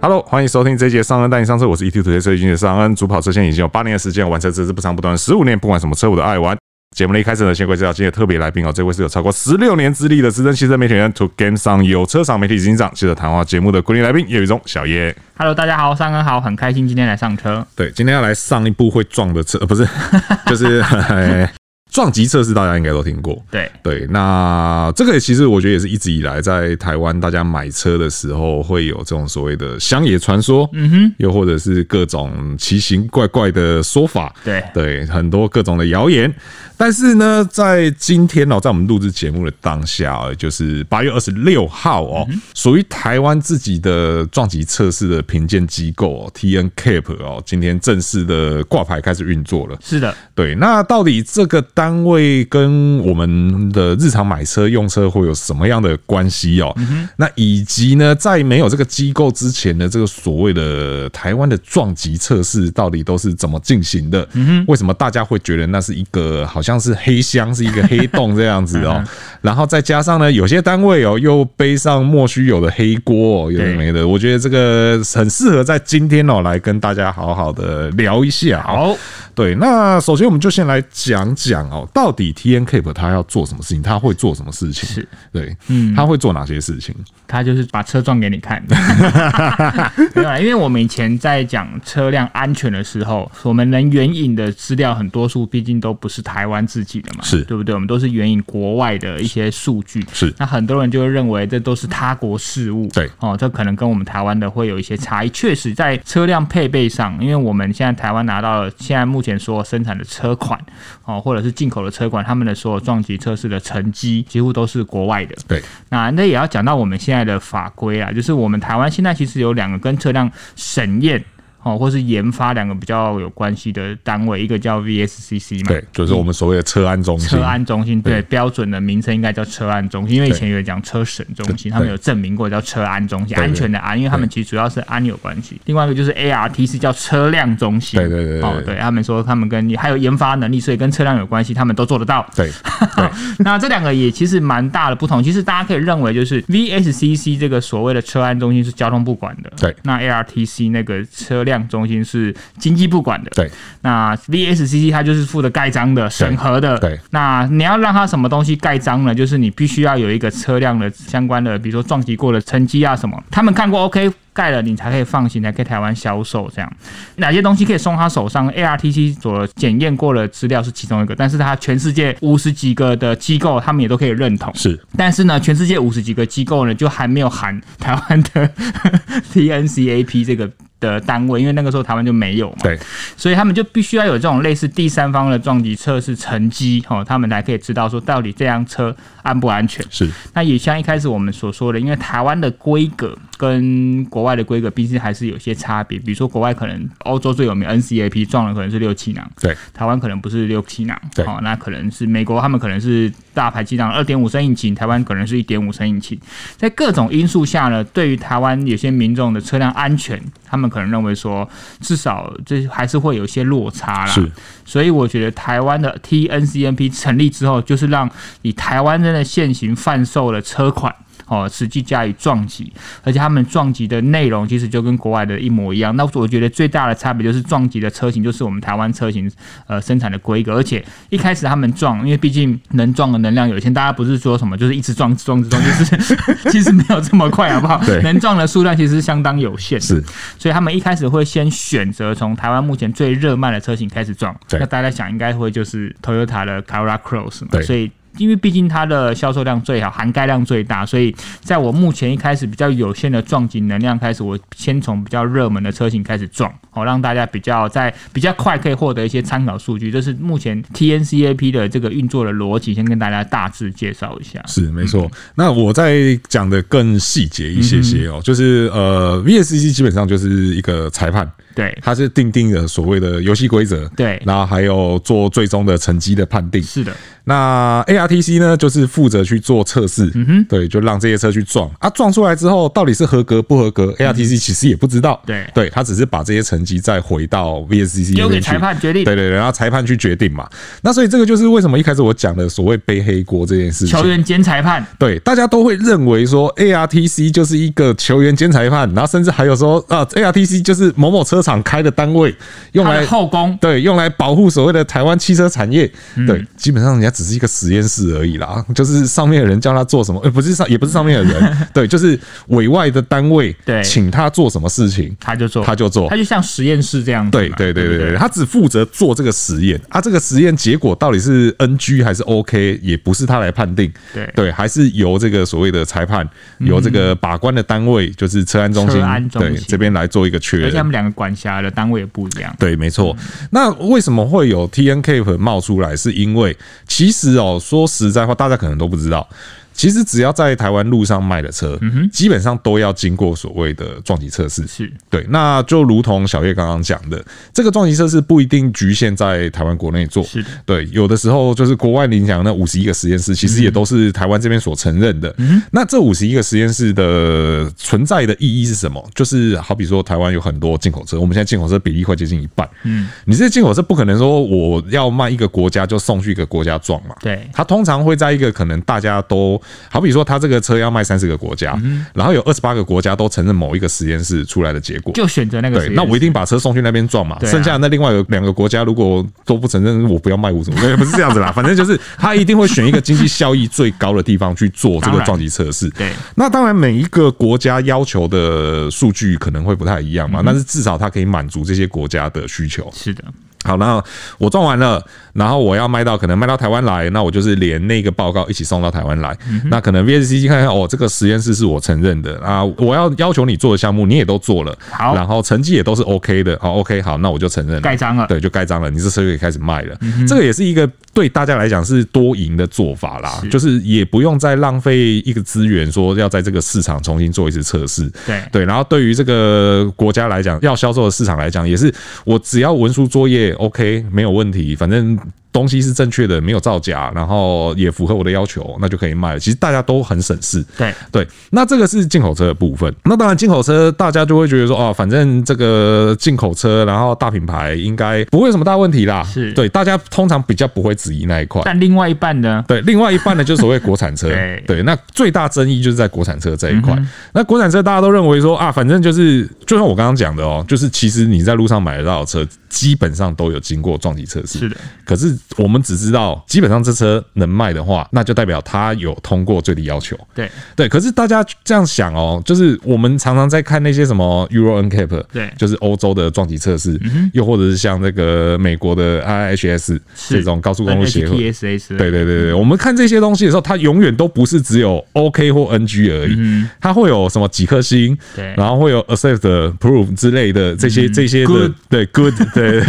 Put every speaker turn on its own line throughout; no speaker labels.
Hello，欢迎收听这一节尚恩带你上车，我是 E ET 土车设计的尚恩，主跑车线已经有八年的时间，玩车知识不长不短，十五年不管什么车我都爱玩。节目的一开始呢，先介绍今天的特别来宾哦，这位是有超过十六年资历的资深汽车媒体人，To Game 上有车厂媒体执行长，记者谈话节目的固定来宾叶宇中小叶。
Hello，大家好，上恩好，很开心今天来上车。
对，今天要来上一部会撞的车，呃、不是， 就是哎撞击测试，大家应该都听过。
对，
对，那这个其实我觉得也是一直以来在台湾大家买车的时候会有这种所谓的乡野传说，嗯哼，又或者是各种奇形怪怪的说法，
对
对，很多各种的谣言。但是呢，在今天哦，在我们录制节目的当下哦，就是八月二十六号哦，属于台湾自己的撞击测试的评鉴机构、哦、TNCAP 哦，今天正式的挂牌开始运作了。
是的，
对，那到底这个单位跟我们的日常买车用车会有什么样的关系哦？那以及呢，在没有这个机构之前呢，这个所谓的台湾的撞击测试到底都是怎么进行的？为什么大家会觉得那是一个好像是黑箱，是一个黑洞这样子哦？然后再加上呢，有些单位哦又背上莫须有的黑锅、哦，有的
对
没的，我觉得这个很适合在今天哦来跟大家好好的聊一下、哦。
好，
对，那首先我们就先来讲讲哦，到底 T N Cape 它要做什么事情，它会做什么事情？
是，
对，嗯，它会做哪些事情？
他就是把车撞给你看。没有啦，因为我们以前在讲车辆安全的时候，我们能援引的资料很多数，毕竟都不是台湾自己的嘛，
是
对不对？我们都是援引国外的一些数据。
是
那很多人就会认为这都是他国事务，
对
哦，这可能跟我们台湾的会有一些差异。确实，在车辆配备上，因为我们现在台湾拿到了现在目前所有生产的车款哦，或者是进口的车款，他们的所有撞击测试的成绩几乎都是国外的，
对，
那那也要讲到我们现在的法规啊，就是我们台湾现在其实有两个跟车辆审验。哦，或是研发两个比较有关系的单位，一个叫 VSCC 嘛，
对，就是我们所谓的车安中心
嗯车，安中心，对，标准的名称应该叫车安中心，因为以前有讲车审中
对
心，他们有证明过叫车安中心，
对对
安全的安，因为他们其实主要是安有关系。另外一个就是 ART 是叫车辆中心，
对对对对
哦，对他们说他们跟还有研发能力，所以跟车辆有关系，他们都做得到。
对，
那这两个也其实蛮大的不同。其实大家可以认为，就是 VSCC 这个所谓的车安中心是交通部管的，
对
那 ARTC 那个车辆中心是经济部管的，
对。
那 VSCC 它就是负责盖章的、审核的，
对
那你要让它什么东西盖章呢？就是你必须要有一个车辆的相关的，比如说撞击过的成绩啊什么，他们看过 OK。盖了你才可以放心，才可以台湾销售这样。哪些东西可以送他手上？ARTC 所检验过的资料是其中一个，但是它全世界五十几个的机构，他们也都可以认同。
是
但是呢，全世界五十几个机构呢，就还没有含台湾的 TNCAP 这个的单位，因为那个时候台湾就没有嘛，
对，
所以他们就必须要有这种类似第三方的撞击测试成绩，哦，他们才可以知道说到底这辆车安不安全。
是
那也像一开始我们所说的，因为台湾的规格跟国外的规格毕竟还是有些差别，比如说国外可能欧洲最有名 NCAP 撞的可能是六七囊，
对，
台湾可能不是六七囊，
对
哦，那可能是美国他们可能是大排气量二点五升引擎，台湾可能是一点五升引擎，在各种因素下呢，对于台湾有些民众的车辆安全，他们可能认为说至少这还是会有一些落差啦，
是，
所以我觉得台湾的 TNCNP 成立之后，就是让以台湾真的现行贩售的车款。哦，实际加以撞击，而且他们撞击的内容其实就跟国外的一模一样。那我觉得最大的差别就是撞击的车型就是我们台湾车型呃生产的规格，而且一开始他们撞，因为毕竟能撞的能量有限，大家不是说什么就是一直撞、一直撞、一直撞，就是 其实没有这么快，好不好
对？
能撞的数量其实是相当有限的。
是，
所以他们一开始会先选择从台湾目前最热卖的车型开始撞。
对
那大家想应该会就是 Toyota 的 Corolla Cross 嘛，
对
所以。因为毕竟它的销售量最好，涵盖量最大，所以在我目前一开始比较有限的撞击能量开始，我先从比较热门的车型开始撞，好、让大家比较在比较快可以获得一些参考数据。这是目前 TNCAP 的这个运作的逻辑，先跟大家大致介绍一下。
是没
嗯
错。那我再讲的更细节一些些哦，就是呃，VSCC 基本上就是一个裁判，
对
它是定定的所谓的游戏规则，
对
然后还有做最终的成绩的判定。
是的，
那 ARTC 呢，就是负责去做测试，嗯哼，对，就让这些车去撞啊，撞出来之后到底是合格不合格，ARTC 其实也不知道，
嗯对
对，他只是把这些成绩再回到 VSCC
交
那
给
边去
裁判决定
对对对，然后裁判去决定嘛。那所以这个就是为什么一开始我讲的所谓背黑锅这件事情
球，员兼裁判，
对，大家都会认为说 ARTC 就是一个球员兼裁判，然后甚至还有说啊，ARTC 就是某某车厂开的单位，用
他
来
的后宫
对，用来保护所谓的台湾汽车产业。
嗯
对，基本上人家只是一个实验室而已啦， 就是上面的人叫他做什么，呃，不是上，也不是上面的 人，对，就是委外的单位，
对
请他做什么事情，
他就做，
他就做
他。就像实验室这样子
对
嘛，
对对
不
对对，他只负责做这个实验啊，这个实验结果到底是 NG 还是 OK，也不是他来判定，
对嗯
对，还是由这个所谓的裁判，由这个把关的单位，就是车安中心
车安，中
对
心
这边来做一个确
而且他
认
们。两个管辖的单位也不一样。嗯
对，没错。那为什么会有 TNK 冒出来？是因为其实哦，说实在话，大家可能都不知道，其实只要在台湾路上卖的车，基本上都要经过所谓的撞击测试。
嗯是
对，那就如同小叶刚刚讲的，这个撞击测试不一定局限在台湾国内做，
是的
对，有的时候就是国外领奖那五十一个实验室，其
嗯
实也都是台湾这边所承认的。那这五十一个实验室的存在的意义是什么？就是好比说，台湾有很多进口车，我们现在进口车比例快接近一半。嗯，你这进口车不可能说我要卖一个国家就送去一个国家撞嘛？
对
它通常会在一个可能大家都好比说，它这个车要卖三十个国家，
嗯
然后有二十八个国家都承认某一个实验室出来的结果。
就选择那个
对
实，验
那我一
室
定把车送去那边撞嘛。
对啊
剩下的那另外有两个国家如果都不承认，我不要卖我什么？ 对，不是这样子啦，反正就是他一定会选一个经济效益最高的地方去做这
当
个
然
撞击测试。
对，
那当然每一个国家要求的数据可能会不太一样
嗯
嘛，但是至少它可以满足这些国家的需求。
是的，
好，那我撞完了，然后我要卖到可能卖到台湾来，那我就是连那个报告一起送到台湾来。
嗯
那可能 VSCC 看看哦，这个实验室是我承认的啊，我要要求你做的项目你也都做了，
好
然后成绩也都是 OK 的，好 OK 好，那我就承认了
盖章了嗯
对，就盖章了，你这车就可以开始卖了。这个也是一个对大家来讲是多赢的做法啦，
是
就是也不用再浪费一个资源，说要在这个市场重新做一次测试。
对
对，然后对于这个国家来讲，要销售的市场来讲，也是我只要文书作业 OK 没有问题，反正东西是正确的，没有造假，然后也符合我的要求，那就可以卖了。其实大家都很省事。
对
对，那这个是进口车的部分。那当然，进口车大家就会觉得说，哦，反正这个进口车，然后大品牌应该不会有什么大问题啦。
是
对，大家通常比较不会质疑那一块。
但另外一半呢，。
对，另外一半呢，就是所谓国产车
对 嗯
对，那最大争议就是在国产车这一块。那国产车大家都认为说啊，反正就是就像我刚刚讲的哦，就是其实你在路上买得到的车，基本上都有经过撞击测试。
是的，
可是我们只知道，基本上这车能卖的话，那就代表它有通过最低要求。
对
对，可是大家这样想哦，就是我们常常在看那些什么 Euro NCAP，
对嗯
就是欧洲的撞击测试，又或者是像那个美国的 IHS
是
这种高速公
呃
路协会。
TSS
对对对对，我们看这些东西的时候，它永远都不是只有 OK 或 NG 而已，它会有什么几颗星，
嗯对嗯
然后会有 accept、prove 之类的这些这些的
Good，
对 good 对，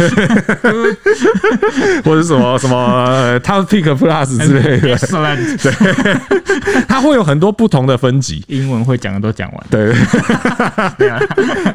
或者什么什么 top pick plus 之类 的，
，excellent，
它会有很多不同的分级。
英文会讲的都讲完，
对，
啊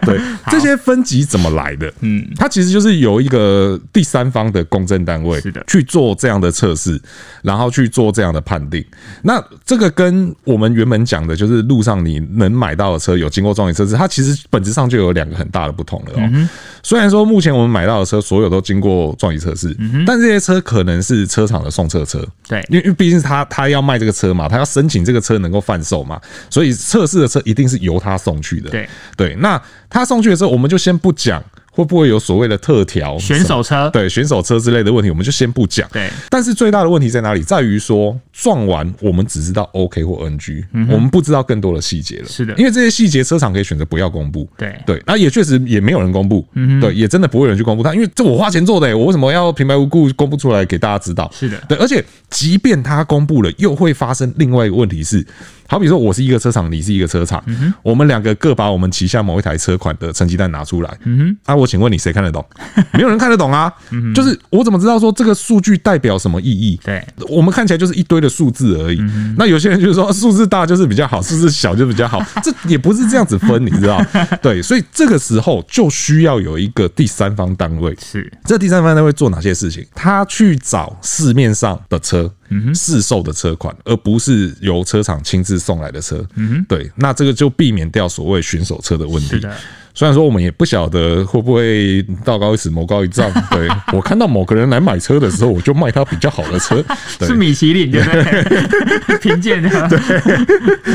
对，这些分级怎么来的？嗯，它其实就是由一个第三方的公证单位
是的
去做这样的测试，然后去做这样的判定。那这个跟我们原本讲的，就是路上你能买到的车有经过撞击测试，它其实本质上就有两个很大的不同了
嗯
哦。虽然说目前我们买到的车所有都经过撞击测试，
嗯
但这些车可能是车厂的送测车，
对
因为因为毕竟是他他要卖这个车嘛，他要申请这个车能够贩售嘛，所以测试的车一定是由他送去的。
对
对，那他送去的时候，我们就先不讲会不会有所谓的特调
选手车，
对选手车之类的问题，我们就先不讲。
对
但是最大的问题在哪里？在于说撞完，我们只知道 OK 或 NG，、我们不知道更多的细节了。
嗯是的
因为这些细节车厂可以选择不要公布。
对嗯
对，那也确实也没有人公布，对，也真的不会有人去公布它，因为这我花钱做的、欸我为什么要平白无故公布出来给大家知道？
是的
对，而且即便它公布了，又会发生另外一个问题是，好比说我是一个车厂，你是一个车
嗯
厂，我们两个各把我们旗下某一台车款的成绩单拿出来，
嗯
啊，我请问你谁看得懂？没有人看得懂 啊，就是我怎么知道说这个数据代表什么意义？
对，嗯
我们看起来就是一堆的数字而已。那有些人就是说数字大就是比较好，数字小就比较好，这也不是这样子分，你知 道？对，所以这个时候就需要有一个第三方单位，
是
这第三方单位做哪些事情？他去找市面上的车，
嗯
市售的车款，而不是由车厂亲自送来的车。对，那这个就避免掉所谓巡手车的问
嗯是
题
的。
虽然说我们也不晓得会不会道高一尺，魔高一 丈。对我看到某个人来买车的时候，我就卖他比较好的 车。对
是，米其林对不对？ 贫贱的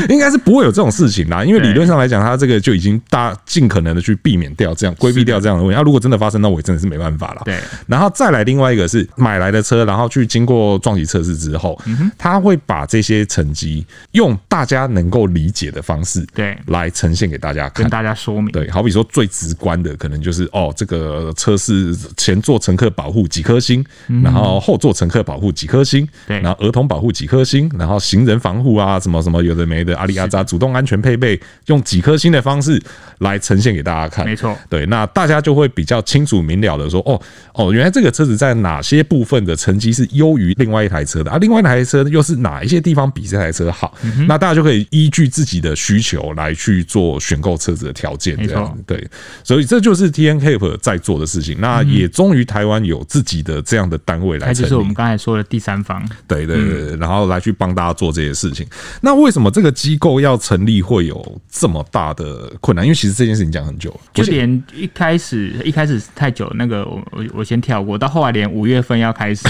应该是不会有这种事情啦，因为
对
理论上来讲，他这个就已经大尽可能的去避免掉这样规避掉这样的问题。那如果真的发生，那我也真的是没办法了。
对
然后再来另外一个是买来的车，然后去经过撞击测试之后，他会把这些成绩用大家能够理解的方式
对
来呈现给大家看
跟。大家说明，
对，好比说最直观的，可能就是哦，这个车是前座乘客保护几颗星，然后后座乘客保护几颗星，
嗯对
然后儿童保护几颗星，然后行人防护啊，什么什么有的没的，阿里阿扎主动安全配备，用几颗星的方式来呈现给大家看。
没错
对，那大家就会比较清楚明了的说，哦哦，原来这个车子在哪些部分的成绩是优于另外一台车的，啊，另外一台车又是哪一些地方比这台车好？
嗯
那大家就可以依据自己的需求来去做选购车子的条件。
没
这样
错
子对，所以这就是 T N K 在做的事情。那
嗯
也终于台湾有自己的这样的单位来
它
成
就是我
立
们刚才说的第三方，
对对对，
嗯
对然后来去帮大家做这些事情。那为什么这个机构要成立会有这么大的困难？因为其实这件事情讲很久了，
就
我记
连一开始一开始太久那个我我我先跳过，到后来连五月份要 开始，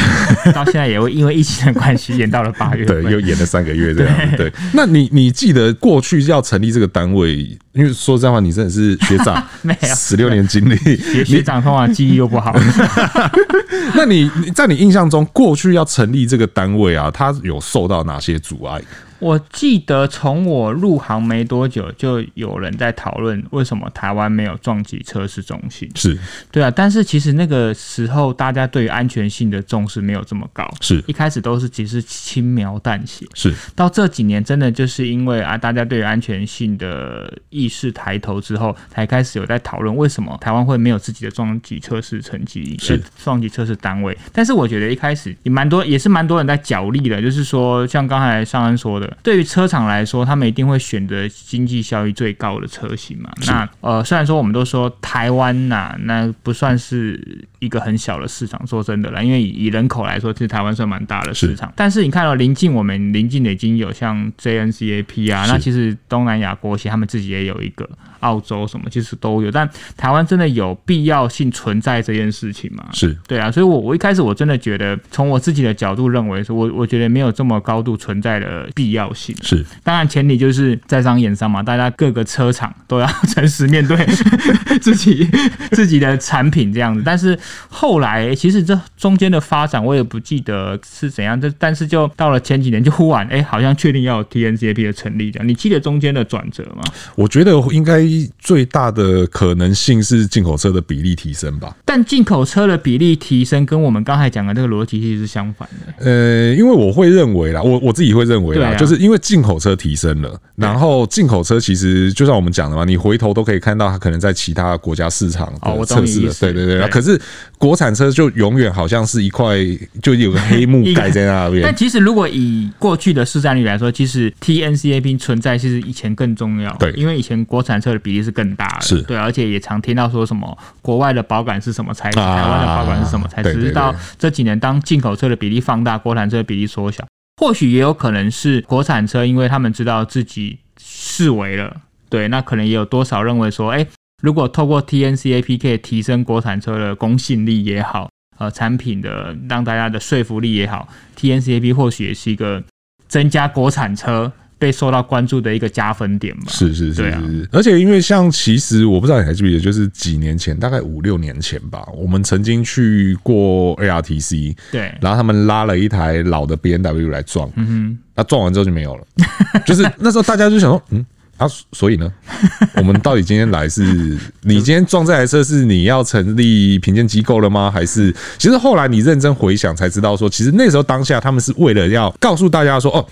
到现在也会因为疫情的关系延到了八月
对
份，，
又演了三个月这样 子。对，那你你记得过去要成立这个单位，因为说实在话，你真的是学 长
没有
十六年 经历，
学学长通常记忆又 不好，
那你你在你印象中，过去要成立这个单位啊，它有受到哪些阻碍？
我记得从我入行没多久，就有人在讨论为什么台湾没有撞击测试中心。
是
对啊，但是其实那个时候大家对于安全性的重视没有这么高，
是
一开始都是只是轻描淡写。
是，
到这几年，真的就是因为啊，大家对于安全性的意识抬头之后，才开始有在讨论为什么台湾会没有自己的撞击测试成绩，
是
呃撞击测试单位。但是我觉得一开始也嗯蛮多，也是蛮多人在角力的，就是说，像刚才上恩说的，对于车厂来说，他们一定会选择经济效益最高的车型嘛。那呃，虽然说我们都说台湾呐、那不算是一个很小的市场，说真的啦，因为以以人口来说，其实台湾算蛮大的市
是
场。市场但是你看到、哦临近我们临近的已经有像 JNCAP 啊，
是
那其实东南亚国协他们自己也有一个，澳洲什么其实都有，但台湾真的有必要性存在这件事情吗？
是
对啊，所以我我一开始我真的觉得，从我自己的角度认为说，我我觉得没有这么高度存在的必要性。
是
当然前提就是在商言商嘛，大家各个车厂都要诚实面对 自己自己的产品这样子。但是后来其实这中间的发展我也不记得是怎样，这但是就到了前几年就忽然哎、好像确定要有 TNCAP 的成立这样。你记得中间的转折吗？
我觉得应该最大的可能性是进口车的比例提升吧。
但进口车的比例提升跟我们刚才讲的这个逻辑其实是相反的。
呃，因为我会认为啦，我我自己会认为啦，
对啊
就是因为进口车提升了，然后进口车其实就像我们讲的嘛，你回头都可以看到它可能在其他国家市场
哦
的
我懂
测
你
试
意
的，
思
对对对。
对
可是国产车就永远好像是一块就有个黑幕
一个
盖在那边
但，其实如果以过去的市占率来说，其实 TNCAP 存在其实以前更重要，
对
因为以前国产车的比例是更大的，
是
对，而且也常听到说什么国外的保杆是什么材质，
啊
台湾的保杆是什么材质，
对对
直到这几年当进口车的比例放大，国产车的比例缩小，或许也有可能是国产车，因为他们知道自己视为了。对，那可能也有多少认为说，哎、如果透过 TNCAP 可以提升国产车的公信力也好，呃，产品的让大家的说服力也好，TNCAP 或许也是一个增加国产车被受到关注的一个加分点吧。
是是是
对
是
啊
是，而且因为像其实我不知道你还记不记得，就是几年前，大概五六年前吧，我们曾经去过 ARTC，
对，
然后他们拉了一台老的 B N W 来撞，嗯那撞完之后就没有了， 就是那时候大家就想说，嗯。啊，所以呢， 我们到底今天来是？你今天撞这台车是你要成立评鉴机构了吗？还是其实后来你认真回想才知道说，其实那时候当下他们是为了要告诉大家说，哦，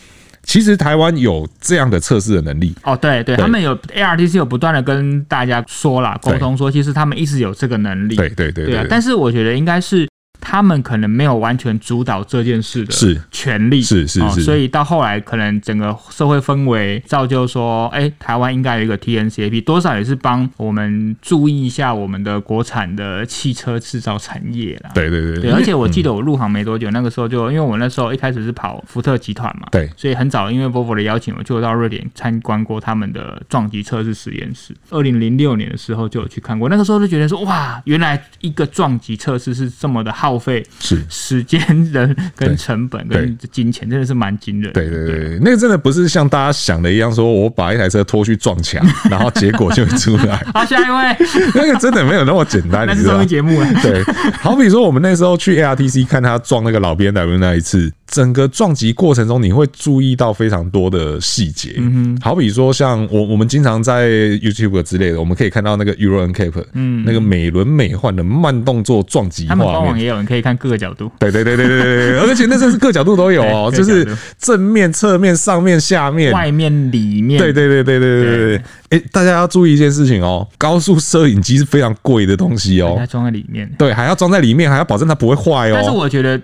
其实台湾有这样的测试的能力，
哦，对对，
对
他们有 ARTC 有不断的跟大家说啦，沟通说，其实他们一直有这个能力，
对对对
对啊
对，
但是我觉得应该是他们可能没有完全主导这件事的
是
权利，
是是
哦
是
所以到后来可能整个社会氛围造就说，哎、台湾应该有一个 TNCAP，多少也是帮我们注意一下我们的国产的汽车制造产业啦。
对对对
对，而且我记得我入行没多久，那个时候就因为我那时候一开始是跑福特集团嘛，
对
所以很早因为 Volvo 的邀请，我就到瑞典参观过他们的撞击测试实验室。二零零六年的时候就有去看过，那个时候就觉得说，哇，原来一个撞击测试是这么的耗费
是。
时间、人跟成本
对
跟金钱，真的是蛮惊人的。
对对对，对那个真的不是像大家想的一样，说我把一台车拖去撞墙，然后结果就会出来，
好，下 一位，
那个真的没有那么简 单，
那
你
是
知道
综
吗
艺？节目 了。啊
对，好比说我们那时候去 ARTC 看他撞那个老 B N W 那一次，整个撞击过程中你会注意到非常多的细节。嗯好比说像我我们经常在 YouTube 之类的，我们可以看到那个 Euro n Cap，嗯，那个美轮美奂的慢动作撞击
他们官
画
网
面。
也有，你可以看各个角度。
对对对对对对对，而且那真是各角度都有哦，
对
就
各角
是
度
正面、侧面、上面、下面、
外面、里面，
对对对对对对对对，哎、大家要注意一件事情哦，高速摄影机是非常贵的东西
把
哦
它，装在里面。
对，还要装在里面，还要保证它不会坏哦。
但是我觉得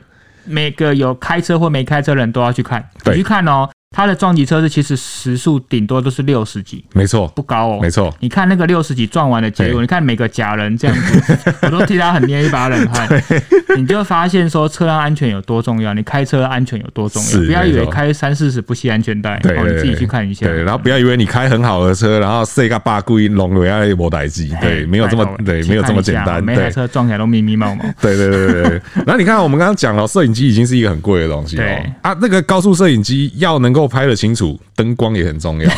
每个有开车或没开车的人都要去看，
对
你去看哦。他的撞击车是其实时速顶多都是六十几，
没错，
不高哦。
没错
你看那个六十几撞完的结
对
果，你看每个假人这样 子，我都替他很捏一把冷汗。你就发现说车辆安全有多重要，你开车安全有多重
是
要。不要以
没
为
错
开三四十不系安全带，
对对
哦，你
对
自己去看一下。
对，然后不要以为你开很好的车，然后 C 个爸故意弄了要我代机，
哎
对，没有这么
拜托
对，
去
没有这么
看一下
简单，
每台
对。
车撞起来都迷迷毛毛。
对对对对对，然后你看，我们刚刚讲了，摄影机已经是一个很贵的东西哦
对。
啊，那个高速摄影机要能够拍得清楚，灯光也很 重要。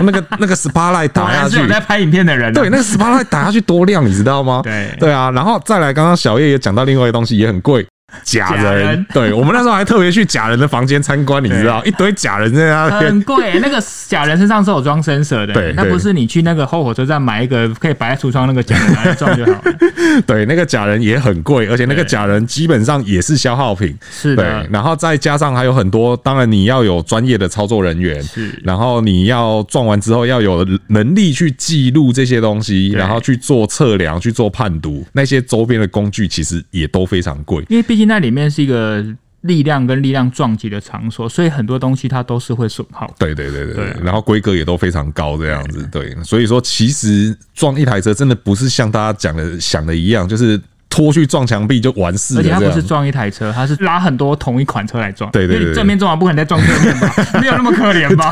那个那个 spotlight
果
打下
然是
去
有，在拍影片的人啊。
对，那个 spotlight 打下去多亮，你知道吗？
对
对啊，然后再来，刚刚小叶也讲到另外一个东西，也很贵。假
假
人
人，
对我们那时候还特别去假人的房间参观，你知道，一堆假人在那边，
很贵、那个假人身上是有装 sensor 的、
对
那
对
不是你去那个后火车站买一个可以摆在橱窗那个假人来装就好了。
对，那个假人也很贵，而且那个假人基本上也是消耗品。
是
对
的，，
然后再加上还有很多，当然你要有专业的操作人员，
是
然后你要撞完之后要有能力去记录这些东西，
对
然后去做测量、去做判读，那些周边的工具其实也都非常贵。
因为毕竟那里面是一个力量跟力量撞击的场所，所以很多东西它都是会损耗。
对对对对
对
对
啊，
然后规格也都非常高，这样子对，所以说其实撞一台车真的不是像大家讲的想的一样，就是拖去撞墙壁就完事了
而且它
这
不是
样。
撞一台车，它是拉很多同一款车来撞。
对对对
因为你正面撞完不可能再撞正面 吧？没有那么可怜吧？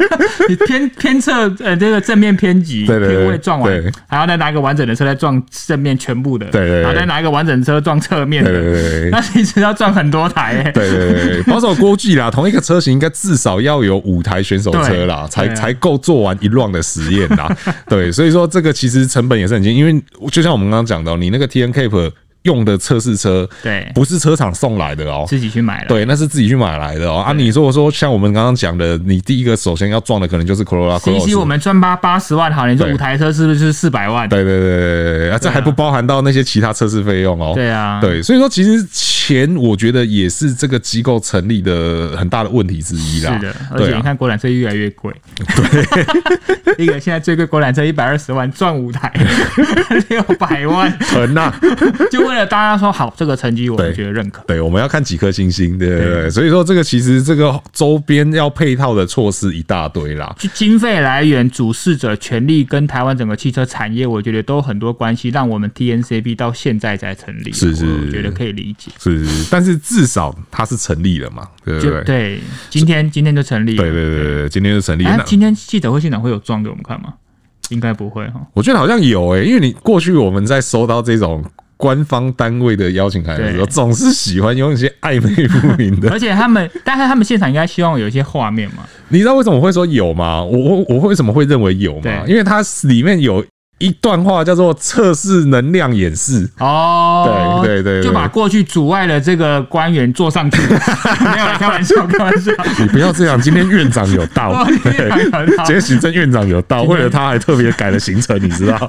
你偏偏侧呃这个正面偏急，
对对对
偏位撞
对
完，还要再拿一个完整的车再撞正面全部的，
对对对
然后再拿一个完整的车撞侧面的，
对对对对
那其实要撞很多台、欸。
对对对对，保守估计啦，同一个车型应该至少要有五台选手车啦，
对
才
对啊
才够做完一 round 的实验 啦。对，所以说这个其实成本也是很轻，因为就像我们刚刚讲到，你那个 T N Cape 用的测试车，
对
不是车厂送来的哦、
自己去买了。
对，那是自己去买来的哦、啊，你如果说像我们刚刚讲的，你第一个首先要撞的可能就是 Corolla
，C C
Cross。
我们赚八八十万好，你这
对
五台车是不是四百万？
对对对对对对，啊，这还不包含到那些其他测试费用哦。
对啊
对，所以说其实钱我觉得也是这个机构成立的很大的问题之一啦。
是的，而
对
且
啊
你看国产车越来越贵。 对，一个现在最贵国产车一百二十万，赚五台 六百万，
疼呐、
就为了大家说好这个成绩，我
对
觉得认可。
对，我们要看几颗星星，对对对，所以说这个其实这个周边要配套的措施一大堆啦。
就经费来源、主事者权利跟台湾整个汽车产业，我觉得都有很多关系，让我们 TNCB 到现在才成立。
是是
我觉得可以理解。
是，是是但是至少它是成立了嘛，对不
就
对？
对，今天今天就成立了。
对对对对对，今天就成立了。
哎、
那
今天记者会现场会有撞给我们看吗？应该不会哈。
我觉得好像有欸诶、因为你过去我们在收到这种官方单位的邀请函的时候，
对
总是喜欢用一些暧昧不明 的。
而且他们，但是他们现场应该希望有一些画面嘛。
你知道为什么我会说有吗？我我我为什么会认为有吗？
对
因为它里面有一段话叫做“测试能量演 示
哦，
对对对对
就把过去阻碍了这个官员坐上 去，没有啦开玩笑，开玩笑。”，
你不要这样。今天院长有到
哦，今天院长有到
今天行政院长有到，
今天
为了他还特别改了行程，你知 道？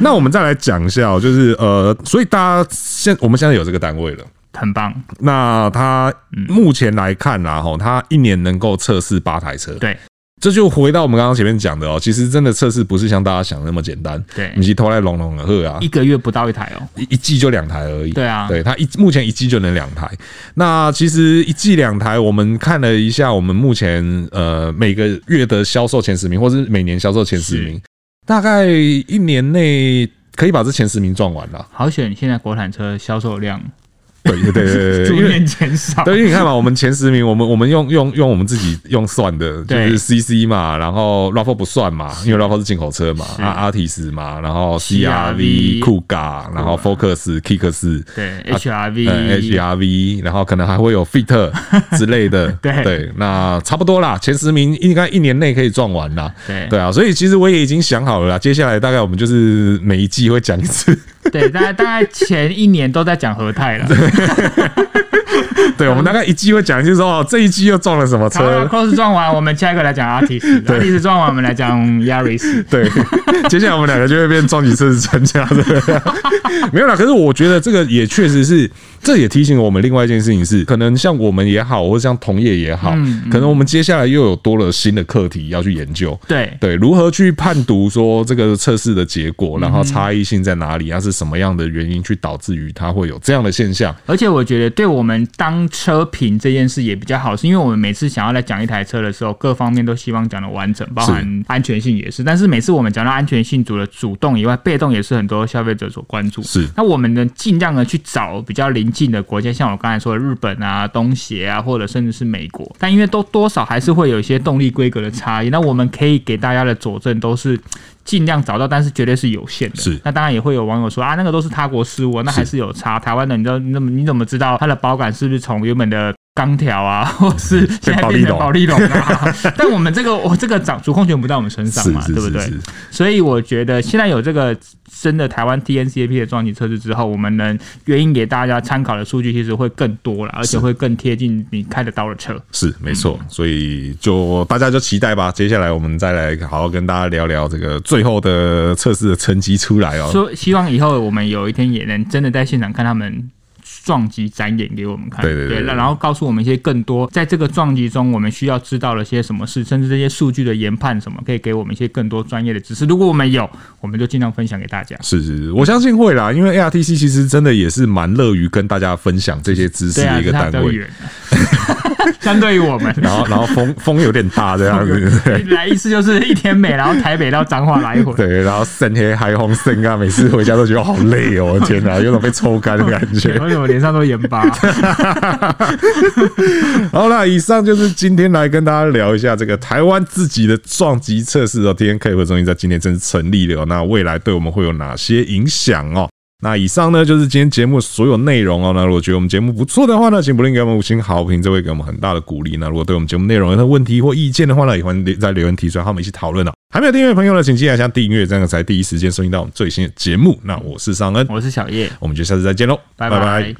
那我们再来讲一下哦，就是呃，所以大家现我们现在有这个单位了。
很棒，
那它目前来看啦，吼，它一年能够测试八台车，
嗯对
这就回到我们刚刚前面讲的哦、其实真的测试不是像大家想的那么简单，
对
你，去偷来龙龙的喝啊，
一个月不到一台哦，
一一季就两台而已。
对啊
对它一目前一季就能两台。那其实一季两台，我们看了一下，我们目前呃每个月的销售前十名，或是每年销售前十名，大概一年内可以把这前十名撞 完了。
好险！现在国产车销售量
对对对对对，
逐
因为
年减 少，
对，因为你看嘛，我们前十名，我们我们用用用我们自己用算的，就
对
是 CC 嘛，然后 RAV4 不算嘛，因为 RAV4 是进口车嘛，
是
啊阿提斯嘛，然后
CRV
CRV、酷嘎，然后 Focus、Kicks，
对
啊呃
HRV，
HRV，然后可能还会有 Fit 之类的，
对
那差不多啦，前十名应该一年内可以撞完啦。
对
对啊，所以其实我也已经想好了啦，接下来大概我们就是每一季会讲一次，
对，大概大概前一年都在讲和泰了，
对我们大概一季会讲一次说哦，这一季又撞了什么
好了
车，
，Cross 撞完，我们下一个来讲 Artis，Artis 撞完，我们来讲 Yaris，
对，接下来我们两个就会变撞几次专家的， 没有啦。可是我觉得这个也确实是，这也提醒我们另外一件事情是，可能像我们也好，或者像同业也好，
嗯
可能我们接下来又有多了新的课题要去研究。
对
对，如何去判读说这个测试的结果，
嗯
然后差异性在哪里，它是什么样的原因去导致于它会有这样的现象？
而且我觉得对我们当车评这件事也比较好，是因为我们每次想要来讲一台车的时候，各方面都希望讲的完整，包含安全性也是。但是每次我们讲到安全性，除了主动以外，被动也是很多消费者所关注。
是
那我们呢，尽量的去找比较邻近的国家，像我刚才说的日本啊、东协啊，或者甚至是美国。但因为都多少还是会有一些动力规格的差异，那我们可以给大家的佐证都是。尽量找到，但是绝对是有限的。
是
那当然也会有网友说啊，那个都是他国事务啊，那还是有差。台湾的，你知道你怎么你怎么知道它的保感是不是从原本的钢条啊， 或是现在
保
变
利
成
龙
保利龙啊？ 但我们这个我这个掌主控权不在我们身上
是
嘛，
是
对不
是
对？
是，
所以我觉得现在有这个真的台湾 TNCAP 的撞击测试之后，我们能原因给大家参考的数据其实会更多了，而且会更贴近你开得到的车。
是没错。所以就大家就期待吧，接下来我们再来好好跟大家聊聊这个最后的测试的成绩出来哦。
说希望以后我们有一天也能真的在现场看他们。撞击展演给我们看，
对对对对
然然后告诉我们一些更多，在这个撞击中我们需要知道了些什么事，甚至这些数据的研判什么，可以给我们一些更多专业的知识。如果我们有，我们就尽量分享给大家。
是是是，我相信会啦，因为 ARTC 其实真的也是蛮乐于跟大家分享这些知识
对啊，
的一
是
个
他
单
比较
位。
远， 相对于我们，
然后，然后风 风有点大这样子，
来一次就是一天美，然后台北到彰化来一回。
对，然后肾黑海红肾啊，每次回家都觉得好累哦，我的天哪，有种被抽干的感觉。
为什么脸上都盐巴？
好啦，以上就是今天来跟大家聊一下这个台湾自己的撞击测试哦。TNK 的中心在今年正式成立了哦，那未来对我们会有哪些影响哦？那以上呢就是今天节目所有内容哦。那如果觉得我们节目不错的话呢，请不吝给我们五星好评，这会给我们很大的鼓励。那如果对我们节目内容有任何问题或意见的话呢，也欢迎留在留言提出来，和我们一起讨论哦。还没有订阅的朋友呢，请记得先订阅，这样才第一时间收听到我们最新的节目。那我是尚恩，
我是小叶，
我们就下次再见喽，
拜拜。